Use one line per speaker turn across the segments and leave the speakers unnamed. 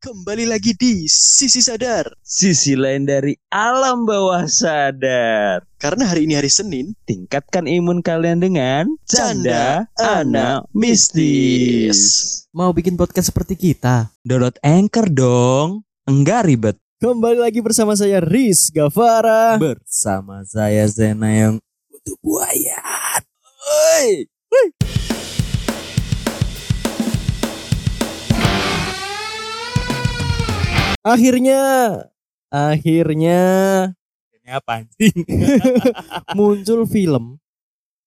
Kembali lagi di Sisi Sadar.
Sisi lain dari alam bawah sadar.
Karena hari ini hari Senin,
Tingkatkan imun kalian dengan
Canda
canda,
Anak
anak mistis.
Mau bikin podcast seperti kita?
Download Anchor dong. Enggak ribet.
Kembali lagi bersama saya Riz Gavara.
Bersama saya Zena yang butuh buaya.
Akhirnya, akhirnya
Ini apa anjing?
muncul film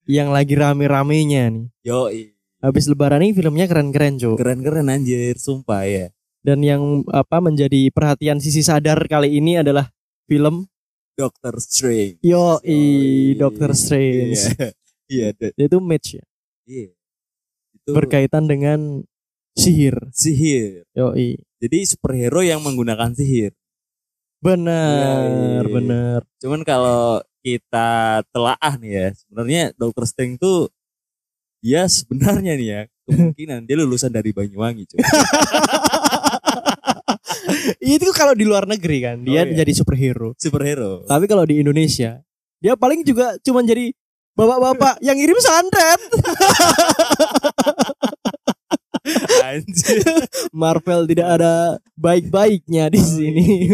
yang lagi rame-ramenya nih.
Yoi.
Habis lebaran ini filmnya keren-keren, Cuk.
Keren-keren anjir, sumpah ya.
Dan yang apa menjadi perhatian sisi sadar kali ini adalah film
Doctor Strange.
Yoi
Yoi.
Doctor Strange.
Iya. Iya, da-
Itu match ya,
iya. Itu
berkaitan dengan sihir.
sihir.
Yoi.
Jadi superhero yang menggunakan sihir.
Benar,
Yoi.
benar.
Cuman kalau kita telaah nih ya, sebenarnya Dr. Strange tuh ya sebenarnya nih ya, kemungkinan dia lulusan dari Banyuwangi, cuy.
Itu kalau di luar negeri kan, dia
Oh, iya.
jadi superhero.
Superhero.
Tapi kalau di Indonesia, dia paling juga cuma jadi bapak-bapak yang ngirim santet.
Anjir.
Marvel tidak ada baik-baiknya di sini.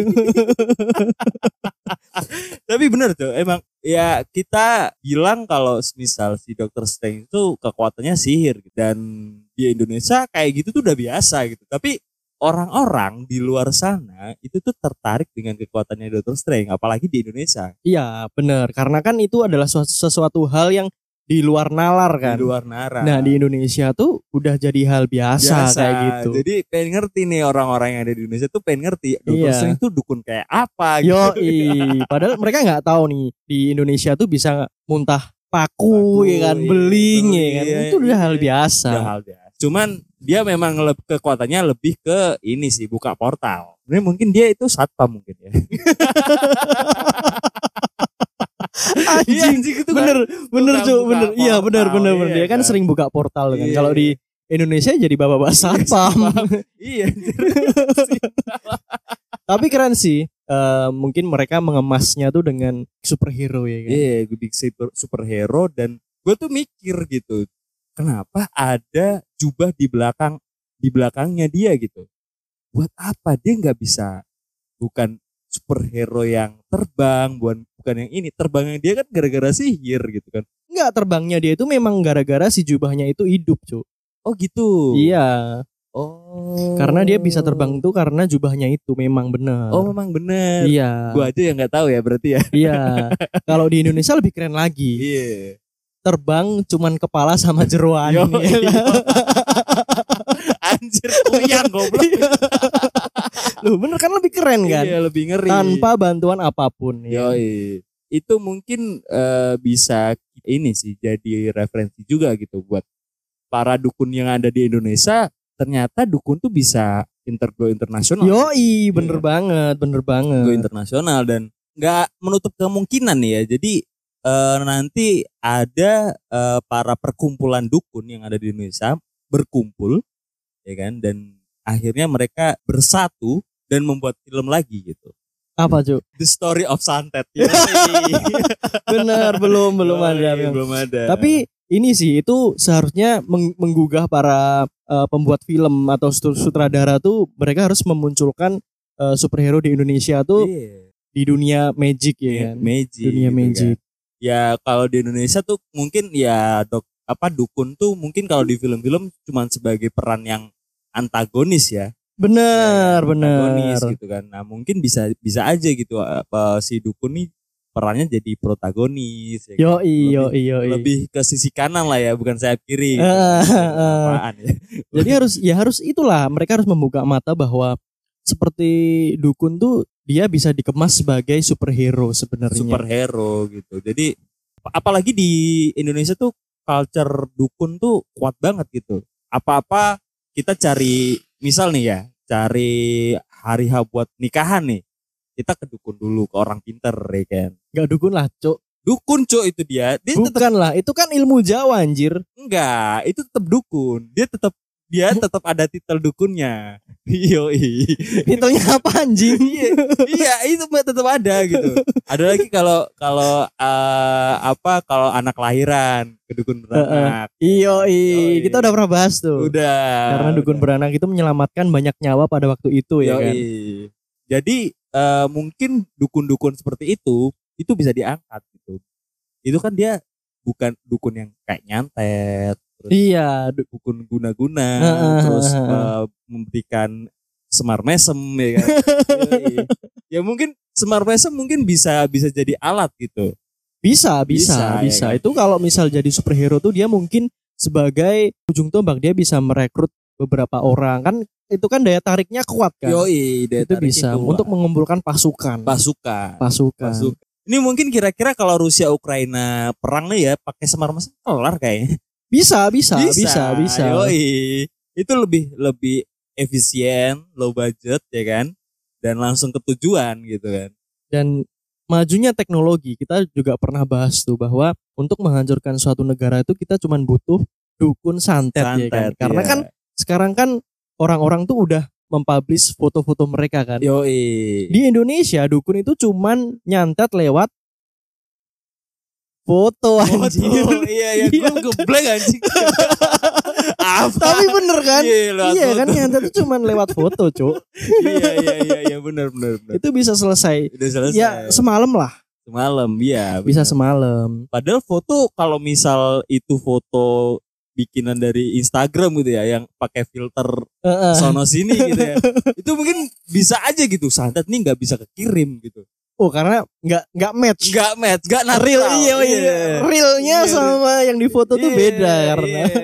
Tapi bener tuh, emang ya kita bilang kalau misal si Dr. Strange itu kekuatannya sihir gitu. dan di Indonesia kayak gitu tuh udah biasa gitu. Tapi orang-orang di luar sana itu tuh tertarik dengan kekuatannya Dr. Strange, apalagi di Indonesia.
Iya, benar. Karena kan itu adalah sesu- sesuatu hal yang di luar nalar kan.
Di luar nara.
Nah, di Indonesia tuh udah jadi hal biasa,
Biasa.
kayak gitu.
Jadi pengen ngerti nih orang-orang yang ada di Indonesia tuh pengen ngerti Dr.
Iya.
Strange tuh dukun kayak apa gitu.
Yoi, padahal mereka nggak tahu nih di Indonesia tuh bisa muntah paku,
Paku,
ya kan,
iya,
beling ya
beling,
kan.
iya,
itu udah hal
iya.
biasa.
Udah hal biasa. Cuman dia memang le- kekuatannya lebih ke ini sih buka portal. Ini mungkin dia itu satpam mungkin ya. Iya,
Anjing.
anjing, itu kan.
bener bener
Tukang
cuy
buka
bener iya
portal,
bener bener bener
iya
dia kan
kan?
sering buka portal kan
Iya.
kalau di Indonesia jadi bapak-bapak satpam
Iya. anjir.
tapi keren sih Eh, mungkin mereka mengemasnya tuh dengan superhero ya kan
Iya, gue big super- superhero dan gue tuh mikir gitu. Kenapa ada jubah di belakang di belakangnya dia gitu? Buat apa dia nggak bisa bukan superhero yang terbang, bukan bukan yang ini. Terbang yang dia kan gara-gara sihir gitu kan.
nggak terbangnya dia itu memang gara-gara si jubahnya itu hidup cuy
Oh gitu.
iya
Oh.
karena dia bisa terbang tuh karena jubahnya itu memang bener
Oh memang bener.
iya
Gue aja yang nggak tahu ya berarti ya.
iya kalau di Indonesia lebih keren lagi
Iya.
terbang cuman kepala sama jeroan
Yo,
ya kan?
iya. Anjir kuyang goblok.
Loh, bener kan lebih keren Iya kan
Iya, lebih ngeri.
tanpa bantuan apapun ya
Yoi. Itu mungkin eh, bisa ini sih jadi referensi juga gitu buat para dukun yang ada di Indonesia. Ternyata dukun tuh bisa intergo internasional.
Yoi, bener
Iya.
banget, bener banget.
Go internasional dan nggak menutup kemungkinan nih ya. Jadi eh, nanti ada eh, para perkumpulan dukun yang ada di Indonesia berkumpul ya kan dan akhirnya mereka bersatu dan membuat film lagi gitu.
Apa cuy?
The Story of Santet.
Bener, belum belum
Yoi,
ada. Belum.
belum ada.
Tapi ini sih itu seharusnya meng- menggugah para eh, pembuat film atau stu- sutradara tuh mereka harus memunculkan eh, superhero di Indonesia tuh
Iya.
di dunia magic ya kan.
magic.
Dunia
gitu
magic.
kan. Ya kalau di Indonesia tuh mungkin ya dok apa dukun tuh mungkin kalau di film-film cuman sebagai peran yang antagonis ya.
Bener, bener.
Antagonis Ya, gitu kan. Nah, mungkin bisa bisa aja gitu apa si dukun nih perannya jadi protagonis ya kan.
Yoi,
Lebih-
yoi, yoi.
lebih ke sisi kanan lah ya, bukan sayap kiri. gitu.
Eh, eh.
Apaan ya?
Jadi harus ya harus itulah mereka harus membuka mata bahwa seperti dukun tuh dia bisa dikemas sebagai superhero sebenarnya.
superhero gitu. Jadi ap- apalagi di Indonesia tuh culture dukun tuh kuat banget gitu. Apa-apa kita cari misal nih ya, cari hari H buat nikahan nih. Kita ke dukun dulu ke orang pinter ya kan.
Gak dukun lah, Cok.
Dukun cok itu dia. Dia tetap
Bukan lah, itu kan ilmu Jawa anjir.
enggak, itu tetap dukun. Dia tetap dia tetap ada titel dukunnya. Yoi.
Titelnya apa anjing?
iya itu mah tetap ada gitu ada lagi kalau kalau eh, apa kalau anak lahiran kedukun beranak
Iyo,
Yoi.
kita udah pernah bahas tuh.
udah
Karena dukun beranak itu menyelamatkan banyak nyawa pada waktu itu ya kan.
Yoi. jadi eh, mungkin dukun-dukun seperti itu itu bisa diangkat gitu itu kan dia bukan dukun yang kayak nyantet
Iya, du-
dukun guna-guna
Heeh,
terus
heeh,
eh, memberikan semar mesem ya kan Yoi. ya mungkin semar mesem mungkin bisa bisa jadi alat gitu
bisa, bisa,
Bisa,
bisa.
ya kan?
Itu kalau misal jadi superhero tuh dia mungkin sebagai ujung tombak dia bisa merekrut beberapa orang kan itu kan daya tariknya kuat kan.
Yoi, daya
itu
tarik
bisa
kuat.
untuk mengumpulkan pasukan.
pasukan.
pasukan.
Pasukan. Ini mungkin kira-kira kalau Rusia Ukraina perang nih ya pakai semar mesin kelar kayaknya.
Bisa, bisa, bisa, bisa.
Yoi. Itu lebih lebih efisien, low budget ya kan? Dan langsung ke tujuan gitu kan.
Dan majunya teknologi, kita juga pernah bahas tuh bahwa untuk menghancurkan suatu negara itu kita cuman butuh dukun santet, ya kan.
Santet,
Karena
ya.
kan sekarang kan orang-orang tuh udah mempublish foto-foto mereka kan.
Yoi.
Di Indonesia dukun itu cuman nyantet lewat foto anjir.
Foto. Iya, iya, gue
Iya.
geblek anjing. Apa?
Tapi bener kan?
Iya, lewat
Iya
foto.
kan nyantet itu cuman lewat foto, Cuk.
Iya, iya, iya, iya, benar, benar, benar.
Itu bisa selesai.
Udah selesai.
Ya semalam lah,
Semalam, iya.
bisa
benar.
semalam.
Padahal foto kalau misal itu foto bikinan dari Instagram gitu ya yang pakai filter
Heeh.
sono sini gitu ya. itu mungkin bisa aja gitu santet nih nggak bisa kekirim gitu.
Oh karena nggak nggak match.
Nggak match, nggak natural.
real iya, iya. realnya
Iya,
sama yang di foto tuh
Iya,
beda karena
iya.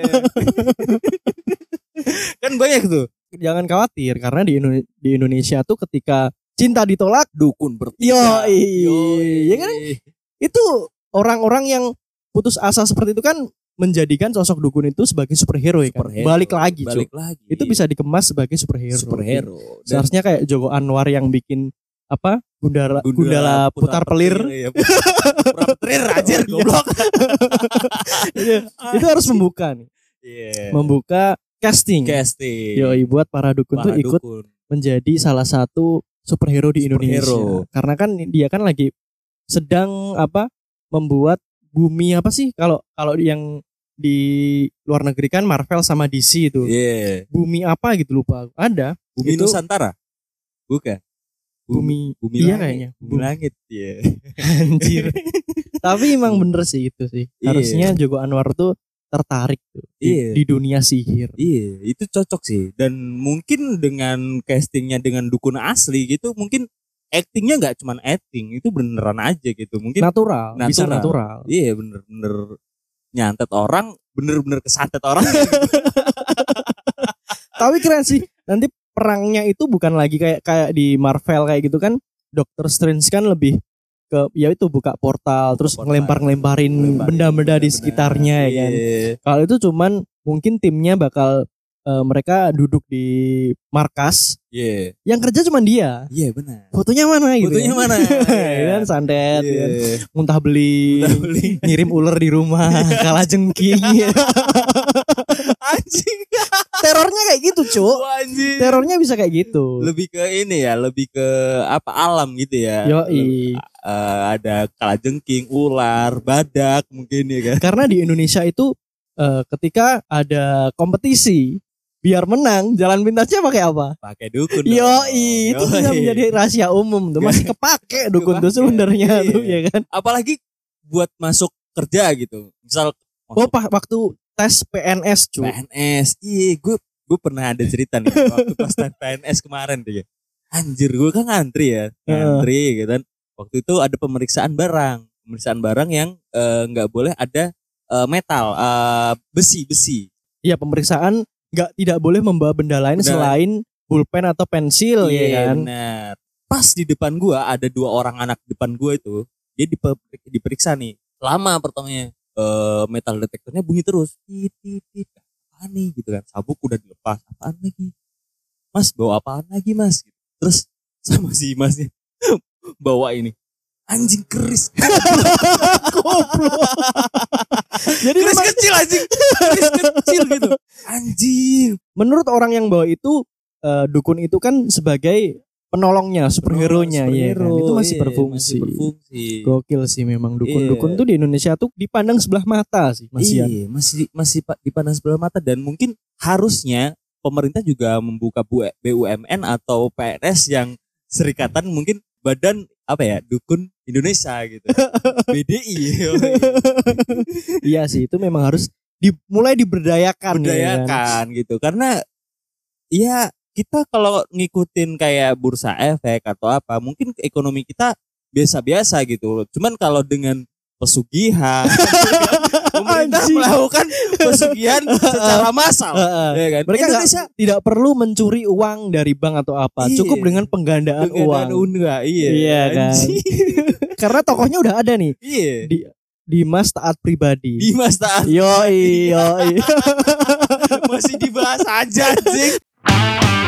kan banyak tuh
jangan khawatir karena di Indo- di Indonesia tuh ketika cinta ditolak
dukun bertiga.
Yoi.
Yoi.
Ya kan? itu orang-orang yang putus asa seperti itu kan menjadikan sosok dukun itu sebagai superhero ya kan?
Superhero.
balik lagi cuy
Balik lagi.
itu bisa dikemas sebagai superhero
superhero. Dan
seharusnya kayak Joko Anwar yang bikin apa Gundala, Gundala, putar, pelir,
Iya, putar putar pelir anjir
Iya.
goblok.
itu harus membuka nih
Iya.
membuka casting
casting.
Yoi buat para dukun tuh
Para
ikut
dukun.
menjadi salah satu superhero di Indonesia.
Superhero.
Karena kan dia kan lagi sedang apa membuat bumi apa sih kalau kalau yang di luar negeri kan Marvel sama DC itu.
Iya.
Bumi apa gitu lupa aku. Ada
Bumi
Itu-
Nusantara. Bukan.
bumi,
bumi
iya
langit.
kayaknya.
Bumi
Bumi-
langit. Iya.
Anjir. Tapi emang bener sih itu sih.
Iya.
Harusnya Joko Anwar tuh tertarik tuh
Iya.
di, di dunia sihir.
Iya, itu cocok sih. Dan mungkin dengan castingnya dengan dukun asli gitu mungkin actingnya nggak cuman acting, itu beneran aja gitu. Mungkin
Natural, bisa
Natural.
natural.
iya bener-bener nyantet orang, bener-bener kesantet orang.
Tapi keren sih. Nanti perangnya itu bukan lagi kayak kayak di Marvel kayak gitu kan. Doctor Strange kan lebih ke ya itu buka portal terus
portal.
ngelempar-ngelemparin Hmm, benda-benda di
Bener-bener.
sekitarnya ya kan.
Iya.
Kalau itu cuman mungkin timnya bakal eh, mereka duduk di markas
Iya.
yang kerja cuman dia.
Iya, benar.
Fotonya mana gitu.
Fotonya
ya?
mana?
Ya kan santet
Iya.
ya kan. muntah beli
Muntah Iya. beli.
ngirim ular di rumah kalah jengking
Anjing.
terornya kayak gitu cuk
Wah, anjing.
terornya bisa kayak gitu
lebih ke ini ya lebih ke apa alam gitu ya
Yoi.
Eh, ada kalajengking ular badak mungkin ya kan
karena di Indonesia itu eh, ketika ada kompetisi biar menang jalan pintasnya pakai apa?
pakai dukun dong.
Yoi, itu bisa
Yoi.
menjadi rahasia umum tuh masih kepake dukun tuh
Kepake,
sebenarnya
iya.
tuh ya kan.
apalagi buat masuk kerja gitu misal
Oh,
masuk
pa- waktu tes PNS cuy.
PNS iya gue gue pernah ada cerita nih waktu pas tes PNS kemarin tuh ya anjir gue kan ngantri ya ngantri gitu kan waktu itu ada pemeriksaan barang pemeriksaan barang yang eh, nggak boleh ada eh, metal eh, besi besi
Iya, pemeriksaan nggak tidak boleh membawa benda lain
Benda
selain pulpen atau pensil
Iya
ya kan.
benar. Pas di depan gua ada dua orang anak depan gua itu, dia dipe- diperiksa nih. Lama pertamanya eh, metal detektornya bunyi terus. Tit tit tit. Apaan nih gitu kan. Sabuk udah dilepas. Apaan lagi? Mas bawa apaan lagi, Mas? Gitu. Terus sama si Masnya bawa ini. anjing keris
Jadi
keris
memang
kecil anjing keris kecil gitu anjing
menurut orang yang bawa itu eh, dukun itu kan sebagai penolongnya, superhero-nya ya kan?
Superhero,
Itu masih
Oh, iya,
berfungsi.
masih berfungsi.
Gokil sih memang dukun-dukun
Iya.
tuh di Indonesia tuh dipandang sebelah mata sih Mas Ian.
Iya, masih masih pa- dipandang sebelah mata dan mungkin harusnya pemerintah juga membuka Bu- BUMN atau PNS yang serikatan mungkin badan apa ya dukun Indonesia gitu BDI yoi.
Iya sih itu memang harus dimulai diberdayakan ya kan?
budayakan gitu karena ya kita kalau ngikutin kayak bursa efek atau apa mungkin ekonomi kita biasa-biasa gitu loh cuman kalau dengan pesugihan pemerintah
Anjing.
melakukan pesugihan secara massal
Heeh.
ya kan?
Mereka nggak-
Indonesia
Tidak perlu mencuri uang dari bank atau apa,
Iya.
cukup dengan penggandaan uang.
dengan undra, iya,
Iya kan?
Anjing.
Karena tokohnya udah ada nih
iya.
di Dimas taat pribadi.
Dimas Taat
Yoi, yoi.
masih dibahas aja anjing.